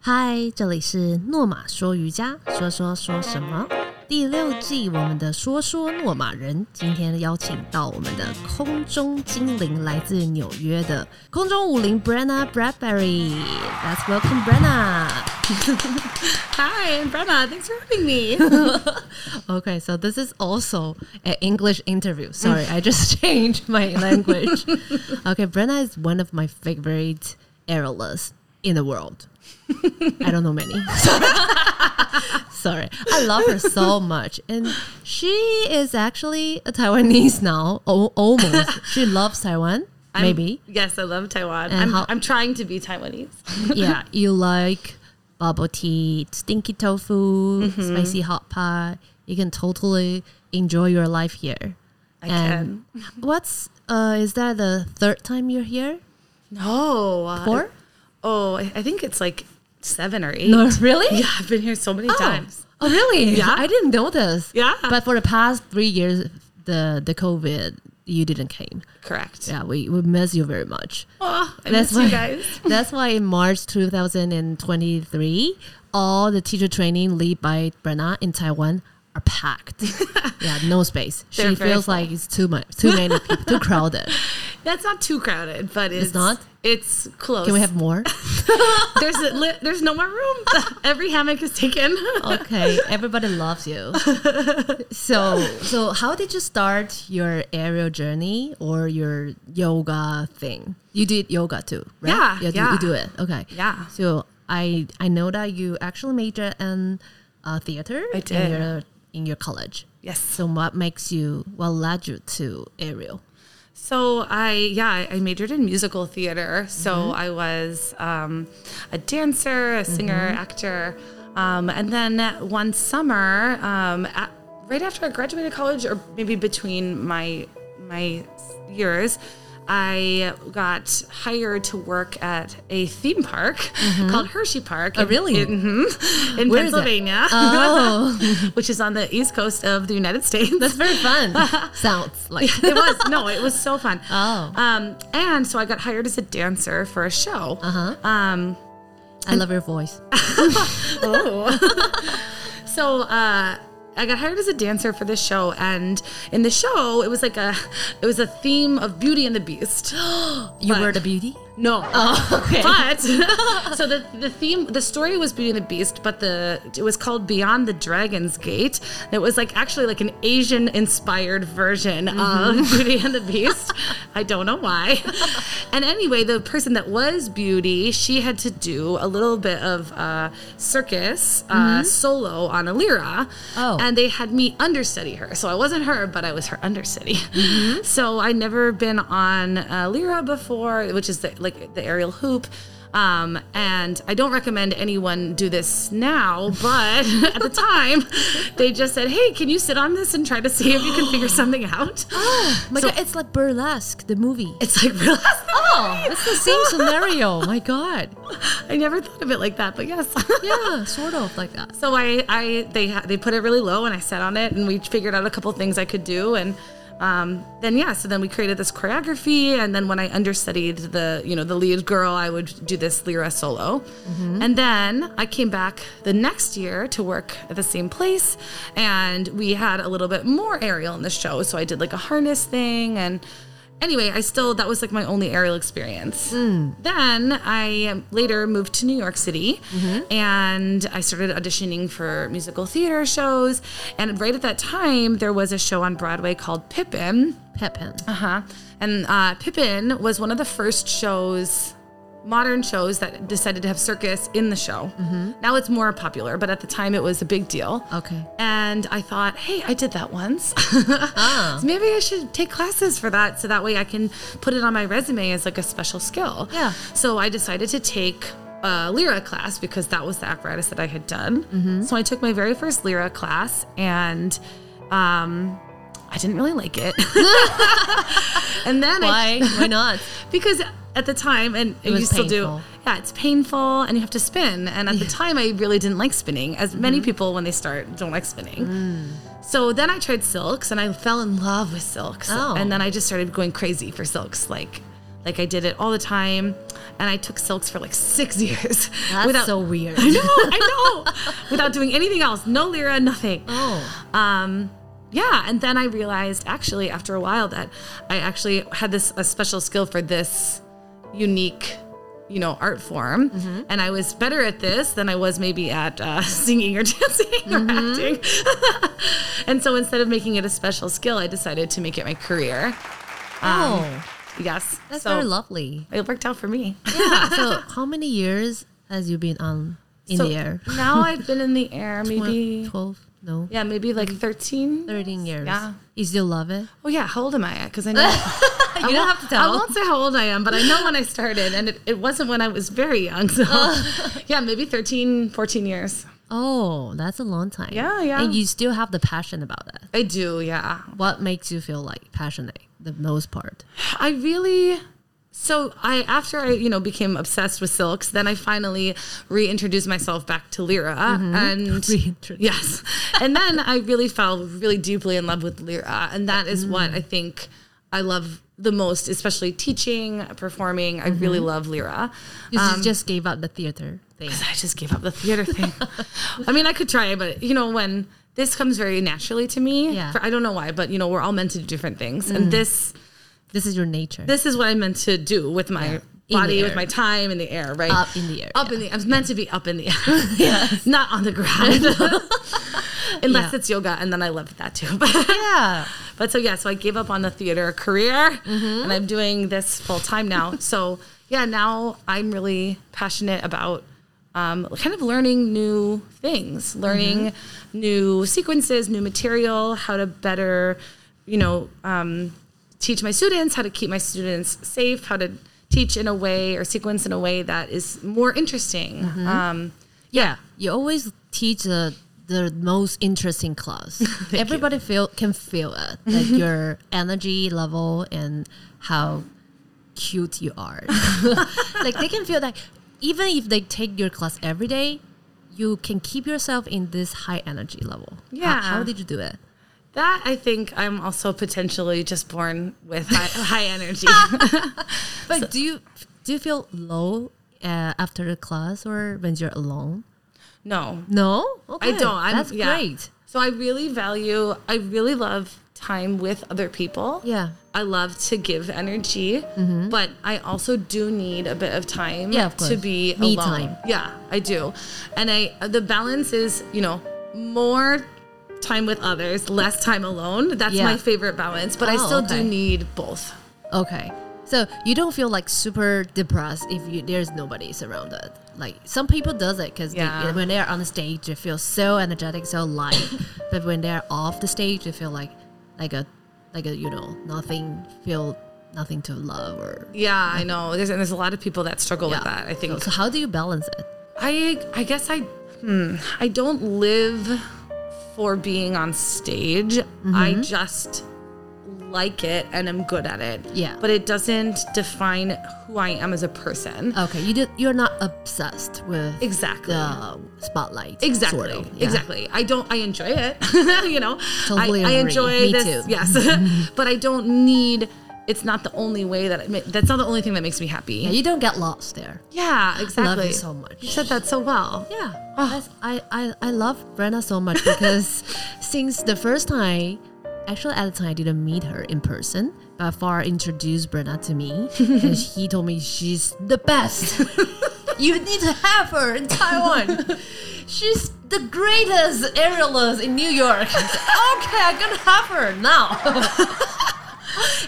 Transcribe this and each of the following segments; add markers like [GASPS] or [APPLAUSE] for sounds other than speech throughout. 嗨，这里是诺玛说瑜伽，说说说什么？第六季我们的说说诺玛人，今天邀请到我们的空中精灵，来自纽约的空中武林 Brenna Bradbury。Let's welcome Brenna. Hi, and Brenna. Thanks for having me. [LAUGHS] Okay, so this is also an English interview. Sorry, I just [LAUGHS] changed my language. okay, Brenna is one of my favorite aerialists in the world. I don't know many. [LAUGHS] Sorry, I love her so much, and she is actually a Taiwanese now. al- Almost, she loves Taiwan. I'm- maybe, Yes, I love Taiwan. And I'm, how- I'm trying to be Taiwanese. yeah. You like bubble tea, stinky tofu, Mm-hmm. spicy hot pot. You can totally enjoy your life here. I can. What's uh? Is that the third time you're here? No. uh, Four? Oh, I I think it's like seven or eight. [LAUGHS] really? Yeah, I've been here so many times. Oh, really? Yeah. I didn't notice. Yeah. But for the past three years, the the COVID, you didn't came. Correct. Yeah, we, we miss you very much. Oh, [LAUGHS] I That's miss why, [LAUGHS] you guys. that's why in March 2023, all the teacher training lead by Brenna in Taiwan are [LAUGHS] packed. yeah, no space. They're She very feels full. like it's too much, too many people, [LAUGHS] too crowded. That's not too crowded, but it's, not? It's close. Can we have more? [LAUGHS] there's a li- there's no more [LAUGHS] room. Every hammock is taken. Okay, everybody loves [LAUGHS] you. So, so how did you start your aerial journey or your yoga thing? You did yoga too, right? Yeah, you do, yeah. you do it. Okay, Yeah. So I I know that you actually major in uh, theater. I in did. your, in your college. yes. So what makes you what led you to aerial? So I yeah I- I majored in musical theater. So Mm-hmm. I was um, a dancer, a singer, Mm-hmm. actor, um, and then one summer, um, at, right after I graduated college, or maybe between my my years, I got hired to work at a theme park called Hershey Park. Oh, Mm-hmm. Mm-hmm. really? In, mhm, in Where is it? Pennsylvania, Oh, [LAUGHS] which is on the east coast of the United States that's very fun. [LAUGHS] Sounds like it was no, it was so fun. Oh. um, and so I got hired as a dancer for a show. Uh Uh-huh. huh. Um, I love your voice. so uh, I got hired as a dancer for this show, and in the show, it was like a, it was a theme of Beauty and the Beast. [GASPS] You But- were the beauty. No. Oh, okay. [LAUGHS] But so the the theme the story was Beauty and the Beast, but the it was called Beyond the Dragon's Gate. And it was like actually like an Asian inspired version of Mm-hmm. [LAUGHS] Beauty and the Beast. I don't know why. And anyway, the person that was Beauty, she had to do a little bit of uh, circus uh, solo on a lira. Mm-hmm. Oh. And they had me understudy her. So I wasn't her, but I was her understudy. [LAUGHS] So I'd never been on uh, Lyra before, which is the, like the aerial hoop. Um, and I don't recommend anyone do this now, but at the time, they just said, hey, can you sit on this and try to see if you can figure something out? My God, it's like burlesque, the movie. It's like, real Oh, it's the [LAUGHS] same scenario. My God. I never thought of it like that, but yes. [LAUGHS] Yeah, sort of like that. So I, I they ha- they put it really low, and I sat on it, and we figured out a couple things I could do, and um, then yeah, so then we created this choreography, and then when I understudied the you know the lead girl, I would do this lira solo, and then I came back the next year to work at the same place, and we had a little bit more aerial in the show, so I did like a harness thing and. Anyway, I still, that was like my only aerial experience. Then I um, later moved to New York City and I started auditioning for musical theater shows. And right at that time, there was a show on Broadway called Pippin. Pepin. Uh-huh. And uh, Pippin was one of the first shows, modern shows that decided to have circus in the show. Now it's more popular, but at the time it was a big deal. Mm-hmm. Okay. And I thought, hey, I did that once. [LAUGHS] Ah. So Maybe I should take classes for that so that way I can put it on my resume as like a special skill. Yeah. So I decided to take a Lyra class because that was the apparatus that I had done. Mm-hmm. So I took my very first Lyra class and um, I didn't really like it. [LAUGHS] and then I Why? [LAUGHS] Why not? because at the time and was you still painful. do yeah it's painful and you have to spin and at the time i really didn't like spinning as Mm-hmm. many people when they start don't like spinning Mm. so then i tried silks and i fell in love with silks Oh. and then i just started going crazy for silks like Like I did it all the time, and I took silks for like six [LAUGHS] years That's so weird. I know, [LAUGHS] I know, without doing anything else, no lyra, nothing. Oh, Um, yeah, and then I realized actually after a while that I actually had this a special skill for this unique, you know, art form, Mm-hmm. and I was better at this than I was maybe at uh, [LAUGHS] singing or dancing or acting. Mm-hmm. [LAUGHS] and so instead of making it a special skill, I decided to make it my career. oh, Yes, that's so very lovely. It worked out for me. Yeah. [LAUGHS] So, how many years has you been on in So the air? now I've been in [LAUGHS] the air maybe. Twe- twelve? No, Yeah, maybe like 13. thirteen years. Yeah. You still love it? Oh, yeah. How old am I? Because [LAUGHS] I know. you don't have to tell. I won't say how old I am, but I know when I started, and it, it wasn't when I was very young. So, [LAUGHS] yeah, maybe 13, 14 years. Oh, that's a long time. Yeah, yeah. And you still have the passion about that. I do, yeah. What makes you feel like passionate the most part? I really. So I after I you know became obsessed with silks, then I finally reintroduced myself back to Lyra, Mm-hmm. [LAUGHS] and Reintroduce. yes, and then I really fell really deeply in love with Lyra, and that is what Mm. I think I love the most, especially teaching, performing. I really Mm-hmm. love Lyra. You Um, just gave up the theater thing. I just gave up the theater [LAUGHS] thing. I mean, I could try, but you know, when this comes very naturally to me, Yeah. Mm. for, I don't know why, but you know, we're all meant to do different things, and this This is your nature. [LAUGHS] this is what I'm meant to do with my the body, air. with my time in the air, right? Up in the air, Up in the. I'm meant to be up in the air, [LAUGHS] [LAUGHS] not on the ground. Unless Yeah. it's yoga, and then I love that too. [LAUGHS] But, yeah. but so yeah, so I gave up on the theater career, and I'm doing this full time now. so yeah, now I'm really passionate about um, kind of learning new things, learning new sequences, new material, how to better, you know, um, teach my students, how to keep my students safe, how to teach in a way or sequence in a way that is more interesting. Um, yeah. You always teach the the most interesting [LAUGHS] class. Everybody feel can feel it, like your energy level and how cute you [LAUGHS] are. [LAUGHS] like they can feel that even if they take your class every day, you can keep yourself in this high energy level. How- Yeah. How, did you do it? That I think I'm also potentially just born with high, [LAUGHS] high energy. But do you do you feel low uh, after the class or when you're alone? No, No, okay. I don't. I'm, That's yeah. great. So I really value. I really love time with other people. Yeah. Mm-hmm. I love to give energy, but I also do need a bit of time Yeah, of to course. be Me alone. time. Yeah, I do. And I the balance is, you know, more time with others, less time alone. That's Yeah. my favorite balance, but I Oh, still okay. do need both. Okay. So you don't feel like super depressed if you, there's nobody surrounded. Like some people does it because Yeah. when they're on the stage, they feel so energetic, so [LAUGHS] light. but when they're off the stage, they feel like like a like a you know nothing, feel nothing to love or Yeah, I know. There's and there's a lot of people that struggle yeah. with that. I think So, so how do you balance it? I I guess I hmm, I don't live for being on stage. I Mm-hmm. just like it and I'm good at it. Yeah. But it doesn't define who I am as a person. Okay, you did. You're not obsessed with Exactly. the spotlight. Exactly. sort of. Yeah. Exactly. I don't. I enjoy it. [LAUGHS] you know. Totally I, I agree. enjoy Me this. too. [LAUGHS] Yes. [LAUGHS] but I don't need. It's not the only way that. I ma- that's not the only thing that makes me Yeah, happy. you don't get lost there. Yeah. Exactly. so much. You said that so well. Yeah, that's, I, I I love Brenna so much because since the first time, actually at the time I didn't meet her in person, but Far introduced Brenna to me, and he told me she's the best. you need to have her in Taiwan. She's the greatest aerialist in New York. I said, okay, I'm gonna have her now.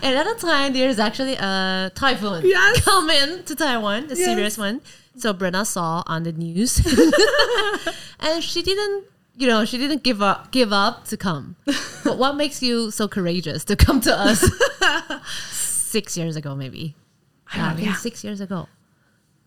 And at the time, there's actually a typhoon Yes. come in to Taiwan, the serious one. So Brenna saw on the news, [LAUGHS] and she didn't, you know, she didn't give up, give up to [LAUGHS] come. but what makes you so courageous to come to us? six years ago, maybe. Yeah, I know, think yeah. Mm. six years ago.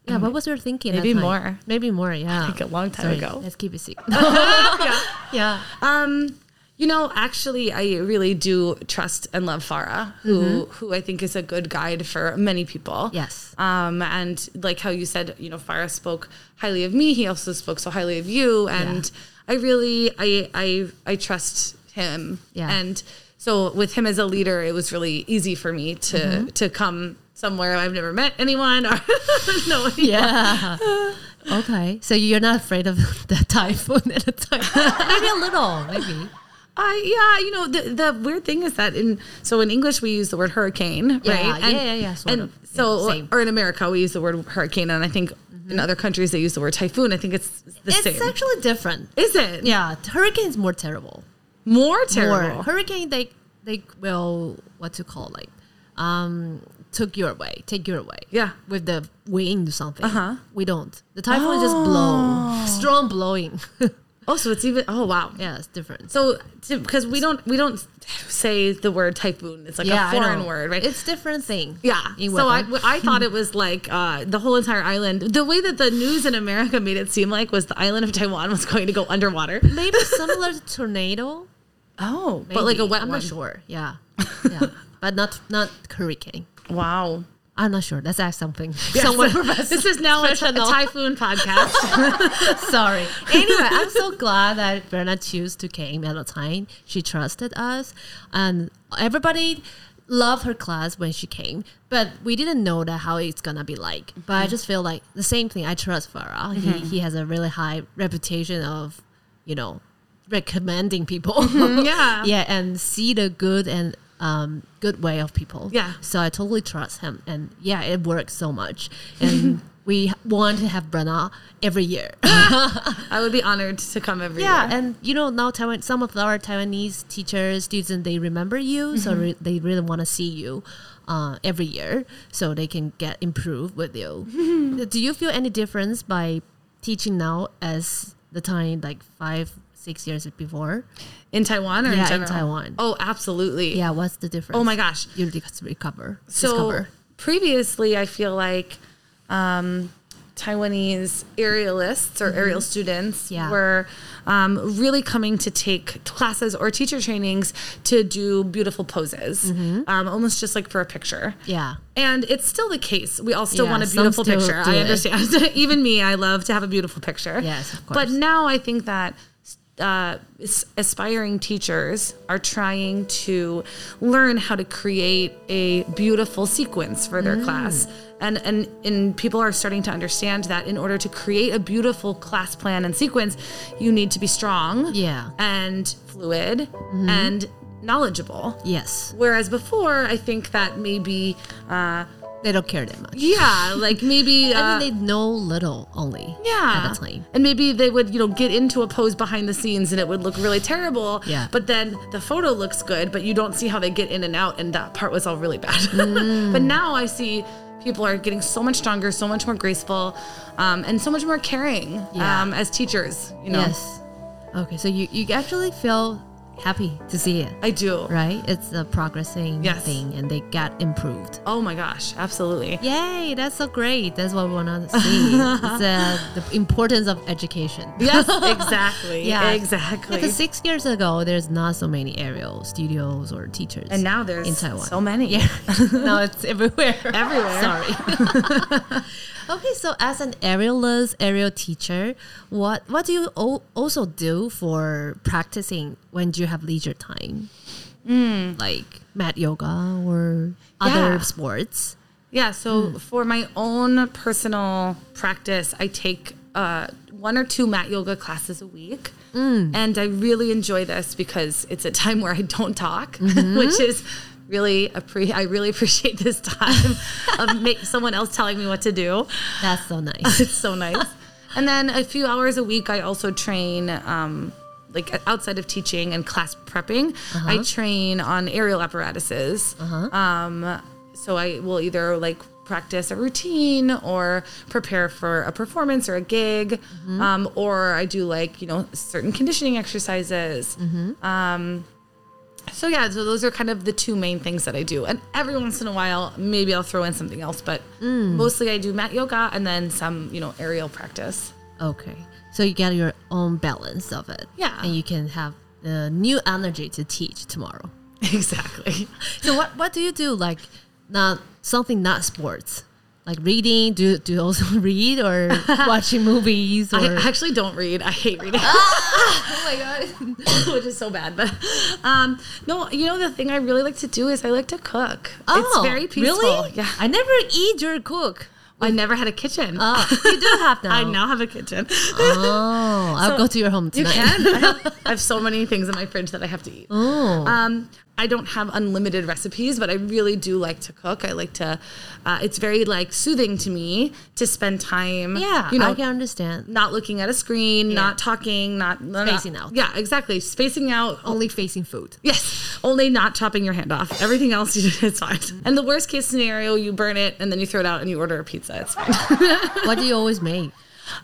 Yeah, what was your thinking? Maybe that time? more. Maybe more. [LAUGHS] Yeah, think a long time Sorry, ago. Let's keep it [LAUGHS] secret. [LAUGHS] yeah. [LAUGHS] yeah. Um, you know, actually, I really do trust and love Farah, who who I think is a good guide for many people. Mm-hmm. Yes. Um, and like how you said, you know, Farah spoke highly of me. He also spoke so highly of you, and I really, I, I, I trust him. Yeah. Mm-hmm. And so, with him as a leader, it was really easy for me to to come somewhere I've never met anyone or [LAUGHS] no one. Oh, [LAUGHS] Yeah. okay. So you're not afraid of [LAUGHS] the typhoon at the [LAUGHS] time? maybe a little, maybe. I yeah, you know the the weird thing is that in so in English we use the word hurricane, Yeah, right? yeah, yeah, yeah, sort and of. Yeah, so same. Mm-hmm. or in America we use the word hurricane, and I think in other countries they use the word typhoon. I think it's the It's same. actually different. is it? Yeah, hurricane is more terrible. more Or terrible. hurricane, they they will what to call like, um, took your way, take your way. Yeah. with the wind or something. Uh-huh. We don't. The typhoon just blow, strong blowing. [LAUGHS] oh, so it's even. Oh wow. yeah, it's different. So because we don't we don't say the word typhoon. It's like yeah, a I know. foreign word, right? It's different thing. Yeah. in So I, weather. I thought it was like uh, the whole entire island. The way that the news in America made it seem like was the island of Taiwan was going to go underwater. [LAUGHS] maybe similar to tornado, Oh, [LAUGHS] but like a maybe. wet I'm one. not sure. [LAUGHS] Yeah, yeah, but not not hurricane. Wow. I'm not sure. Let's ask something. [LAUGHS] [LAUGHS] Someone professional. This is now a, t- a Professional. typhoon podcast. Sorry. Anyway, I'm so glad that Verna chose to came at a time. She trusted us, and everybody loved her class when she came. But we didn't know that how it's gonna be like. But Mm-hmm. I just feel like the same thing. I trust Farah. He he has a really high reputation of, you know, recommending people. [LAUGHS] [LAUGHS] Mm-hmm. yeah. yeah, and see the good and um, good way of people. Yeah. So I totally trust him, and yeah, it works so much. [LAUGHS] And we want to have Brenna every year. I would be honored to come every yeah, year. and you know now Taiwan, some of our Taiwanese teachers, students, they remember you, Mm-hmm. so re- they really want to see you. Uh, every year, so they can get improved with you. Mm-hmm. Do you feel any difference by teaching now as the time like five, six years before? In Taiwan or Yeah, in in general? Taiwan. Oh, absolutely. Yeah, what's the difference? Oh my gosh. you rec- recover. so discover. previously i feel like um, taiwanese aerialists or aerial students Yeah. were um, really coming to take classes or teacher trainings to do beautiful poses um, almost just like for a picture Yeah. and it's still the case. We all still Yeah, want a some beautiful still picture. do I it. understand. [LAUGHS] Even me, I love to have a beautiful picture. Yes, of But course. now I think that uh, as- aspiring teachers are trying to learn how to create a beautiful sequence for Mm. their class. And, and and people are starting to understand that in order to create a beautiful class plan and sequence, you need to be strong, Yeah. Mm-hmm. and fluid, and knowledgeable. Yes. Whereas before, I think that maybe uh, They don't care that much. yeah, like maybe. I Uh, think they know little only. yeah, At the time. and maybe they would, you know, get into a pose behind the scenes, and it would look really terrible. Yeah. But then the photo looks good, but you don't see how they get in and out, and that part was all really bad. [LAUGHS] Mm. but now I see people are getting so much stronger, so much more graceful, um, and so much more caring Yeah. um, as teachers. You know, Yes. Okay, so you, you actually feel happy to see it, I do. right? It's a progressing Yes. thing and they got improved. Oh my gosh, [LAUGHS] absolutely. Yay, that's so great. That's what we [LAUGHS] want to see. it's uh, the importance of education. Yes, exactly. exactly. Because six years ago, there's not so many aerial studios or teachers. and now there's in Taiwan. so many. Yeah. [LAUGHS] no, it's everywhere. Everywhere. Sorry. [LAUGHS] okay, so as an aerialist, aerial teacher, what what do you o- also do for practicing when do you have leisure time? Like mat yoga or Yeah. other sports? Yeah. So for my own personal practice, I take uh, one or two mat yoga classes a week. And I really enjoy this because it's a time where I don't talk, [LAUGHS] which is really a pre- I really [LAUGHS] appreciate this time of make someone else telling me what to do. That's so [LAUGHS] nice. [LAUGHS] It's so nice. and then a few hours a week, I also train, um, like outside of teaching and class prepping, I train on aerial apparatuses. Um, so I will either like practice a routine or prepare for a performance or a gig, um, or I do like, you know, certain conditioning exercises. Um, So yeah, so those are kind of the two main things that I do. And every once in a while, maybe I'll throw in something else, but Hmm. mostly I do mat yoga and then some, you know, aerial [LAUGHS] practice. Okay. So you get your own balance of it. Yeah. And you can have the new energy to teach tomorrow. Exactly. So what what do you do like not something not sports? Like reading? Do do you also [LAUGHS] read [LAUGHS] or watching movies? Or I actually don't read. I hate reading. [LAUGHS] oh my god! which is so bad. But um, no, you know the thing I really like to do is I like to cook. Oh, it's very peaceful. Really? Yeah, I never eat your cook. I never had a kitchen. Oh, you do have now. [LAUGHS] I now have a kitchen. Oh, I'll So- go to your home You tonight. can. I [LAUGHS] have, I have so many things in my fridge that I have to eat. Oh. Um, I don't have unlimited recipes, but I really do like to cook. I like to. Uh, it's very like soothing to me to spend time. yeah, you know, I can understand. not looking at a screen, not talking, not Spacing not- out. Yeah, exactly. Spacing out. Oh, Only facing food. Yes, only not chopping your hand off. Everything else you [LAUGHS] it's fine. And the worst case scenario, you burn it and then you throw it out and you order a pizza. It's fine. What do you always make?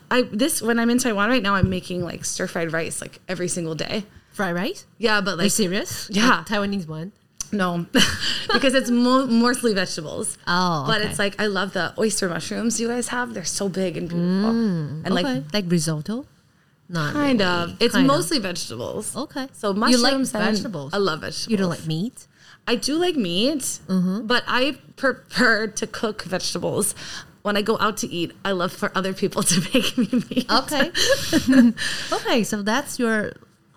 I this when I'm in Taiwan right now, I'm making like stir fried rice like every single day. Fried rice? Yeah, Are but you like serious? Yeah. Like Taiwanese one. no, [LAUGHS] because it's mo- mostly vegetables. Oh, but okay. it's uh, like I love the oyster mushrooms you guys have. They're so big and beautiful, and Mm, Okay. like Like, risotto? Not kind really. of. It's Kind of. mostly vegetables. Okay. So You like mushrooms and vegetables? I love vegetables. You Mm-hmm. don't like meat? I do like meat, but I prefer to cook vegetables. When I go out to eat, I love for other people [LAUGHS] to make me meat. [LAUGHS] Okay. okay, so that's your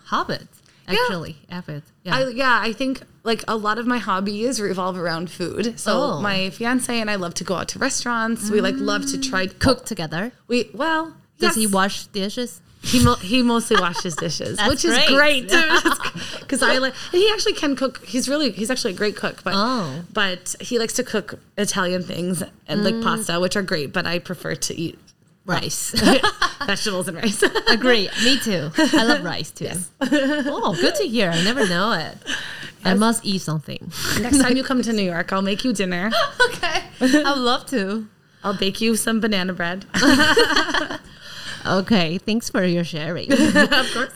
hobbit, actually. Habit. Yeah. [LAUGHS] I, yeah, I think like a lot of my hobbies revolve around food. So Oh. my fiance and I love to go out to restaurants. We like love to try Cook together. We well, Does he yes. wash dishes? He mo- he mostly washes [LAUGHS] dishes, That's which is great. great because I like. and He actually can cook. He's really he's actually a great cook, but Oh. but he likes to cook Italian things and like pasta, which are great. But I prefer to [LAUGHS] eat Rice. [LAUGHS] vegetables and rice. [LAUGHS] Agree. Me too. I [LAUGHS] love rice too. oh, good to hear. I never know it. I must eat something. Next time you come to New York, I'll make you dinner. [LAUGHS] okay. I would love to. I'll bake you some banana bread. Okay. Thanks for your sharing. [LAUGHS] of [LAUGHS] course.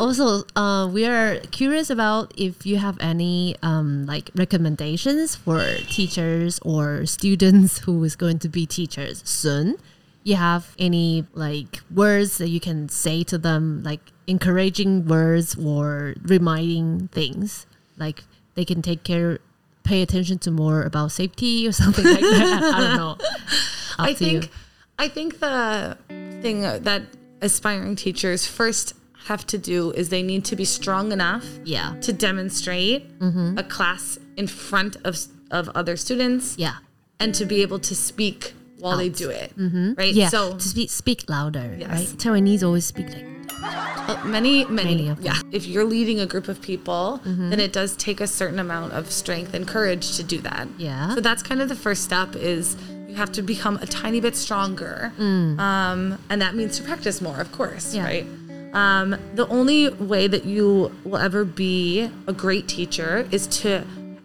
also, uh, we are curious about if you have any um, like recommendations for teachers or students who is going to be teachers soon. You have any like words that you can say to them, like encouraging words or reminding things, like they can take care, pay attention to more about safety or [LAUGHS] something like that. I don't [LAUGHS] know. Up I to you. think I think the thing that aspiring teachers first have to do is they need to be strong enough yeah, to demonstrate Mm-hmm. a class in front of of other students yeah, and to be able to speak while they do it. Right? Mm-hmm. yeah. So to speak, speak louder, Yes. right? Taiwanese always speak like. uh, many, many, Many of them. Mm-hmm. yeah. If you're leading a group of people, then it does take a certain amount of strength and courage to do that. Yeah. So that's kind of the first step is you have to become a tiny bit stronger. Um, and that means to practice more, of Mm. course, Yeah. right? Um, the only way that you will ever be a great teacher is to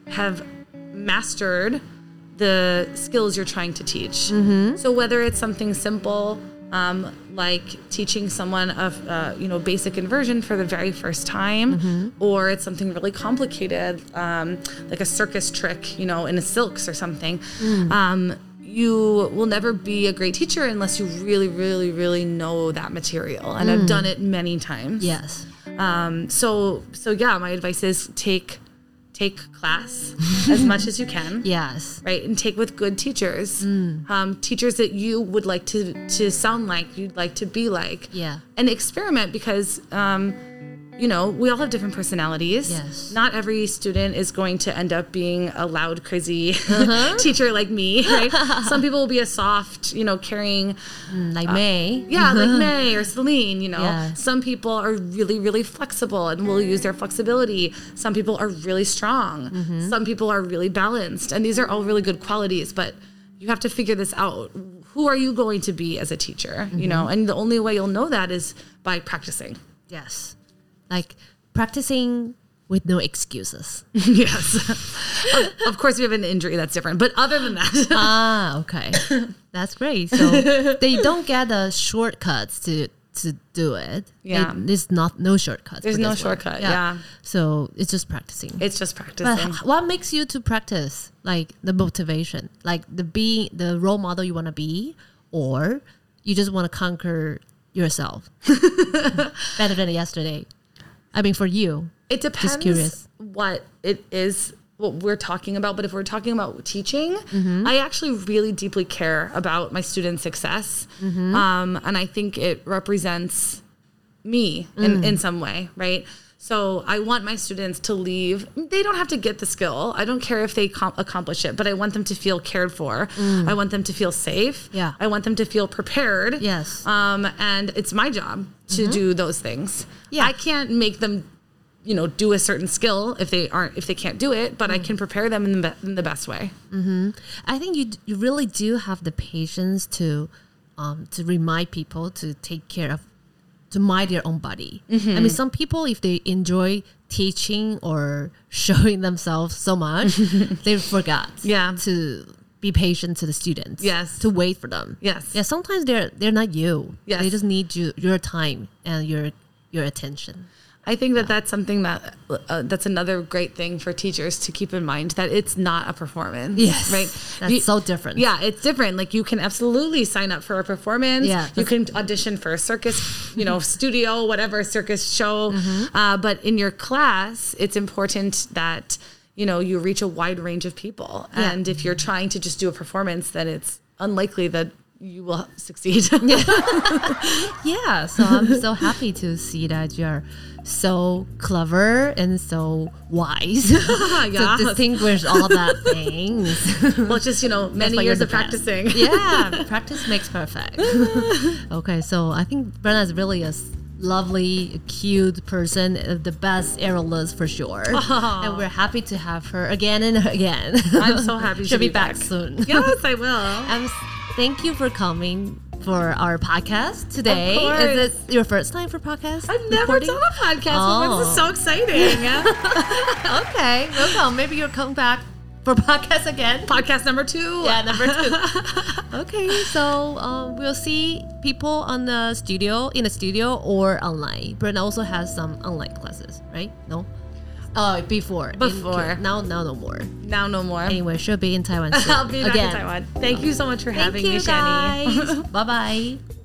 have mastered the skills you're trying to teach. So whether it's something simple um, like teaching someone of uh, you know basic inversion for the very first time, or it's something really complicated um, like a circus trick, you know, in a silks or something. Um, you will never be a great teacher unless you really, really, really know that material. And I've done it many times. Yes. Um, so, so yeah, my advice is take, take class as much as you can Yes. right and take with good teachers Mm. um, teachers that you would like to to sound like you'd like to be like Yeah. and experiment because um, you know we all have different personalities Yes. not every student is going to end up being a loud crazy Uh-huh. [LAUGHS] teacher like me [LAUGHS] right some people will be a soft you know caring Mm, Like May. yeah, like May or Celine, you know. Yes. Some people are really, really flexible and will use their flexibility. Some people are really strong. Some people are really balanced. And these are all really good qualities, but you have to figure this out. Who are you going to be as a teacher? You know, and the only way you'll know that is by practicing. [LAUGHS] Yes. Like practicing with no excuses. yes. of, of course, we have an injury that's different, but other than that, ah, okay. [COUGHS] That's great. So they don't get the shortcuts to to do it. They- Yeah. there's not no shortcuts. There's for no [LAUGHS] this one. shortcut, yeah. So it's just practicing. it's just but practicing. h- what makes you to practice? Like the motivation, like the being the role model you want to be, or you just want to conquer [LAUGHS] yourself better than yesterday. I mean, for you, It depends curious. what it is what we're talking about, but if we're talking about teaching, Mm-hmm. I actually really deeply care about my student success. Mm-hmm. Um, and I think it represents me in, Mm. in some way, right? So I want my students to leave. They don't have to get the skill. I don't care if they com- accomplish it, but I want them to feel cared for. I want them to feel safe. Mm. Yeah. I want them to feel prepared. Yes. Mm-hmm. Um, and it's my job to do those things. Yeah. I can't make them, you know, do a certain skill if they aren't if they can't do it, but I Mm. can prepare them in the, be- in the best way. I think you d- you really do have the patience to um, to remind people to take care of to mind their own body. I Mm-hmm. mean, some people if they enjoy teaching or [LAUGHS] showing themselves so [LAUGHS] much, they forgot Yeah. to be patient to the students. Yes. to wait for them. Yes. yeah. Sometimes they're they're not you. Yes. they just need you your time and your your attention. I think that that's something that uh, that's another great thing for teachers to keep in mind that it's not a performance. Yes. right. That's so different. Yeah, it's different. Like you can absolutely sign up for a performance. Yeah. you can audition for a circus, you know, studio, whatever circus show. Mm-hmm. Uh, but in your class, it's important that you know you reach a wide range of people. Yeah. And if you're trying to just do a performance, then it's unlikely that you will [LAUGHS] succeed. Yeah, so [LAUGHS] I'm so happy to see that you're so clever and so wise [LAUGHS] Yeah. to distinguish [LAUGHS] all that things. well, it's just you know many why you're years the of best. practicing. [LAUGHS] yeah, practice makes [LAUGHS] perfect. okay, so I think Brenna is really a s- lovely, cute person, uh, the best aerolist for sure. And we're happy to have her again and [LAUGHS] again. Ah. I'm so [LAUGHS] happy She'll to be, be back, back. soon. yes, I will. I'm, s- thank you for coming for our podcast today. course. Is this your first time for podcast? I've never recording? done a podcast Oh. before. This is so exciting. Okay, no problem. Maybe you'll come back for [LAUGHS] podcast again. [LAUGHS] podcast number two. Yeah, number [LAUGHS] two. okay, so um, we'll see people on the studio in the studio or online. Brenda also has some online classes, right? No. Uh, before. In- Before. now, now no more. Now no more. Anyway, she'll be in Taiwan soon. [LAUGHS] I'll be back again. in Taiwan. Thank you so much for Thank having you [LAUGHS] me, Shani. guys. bye bye.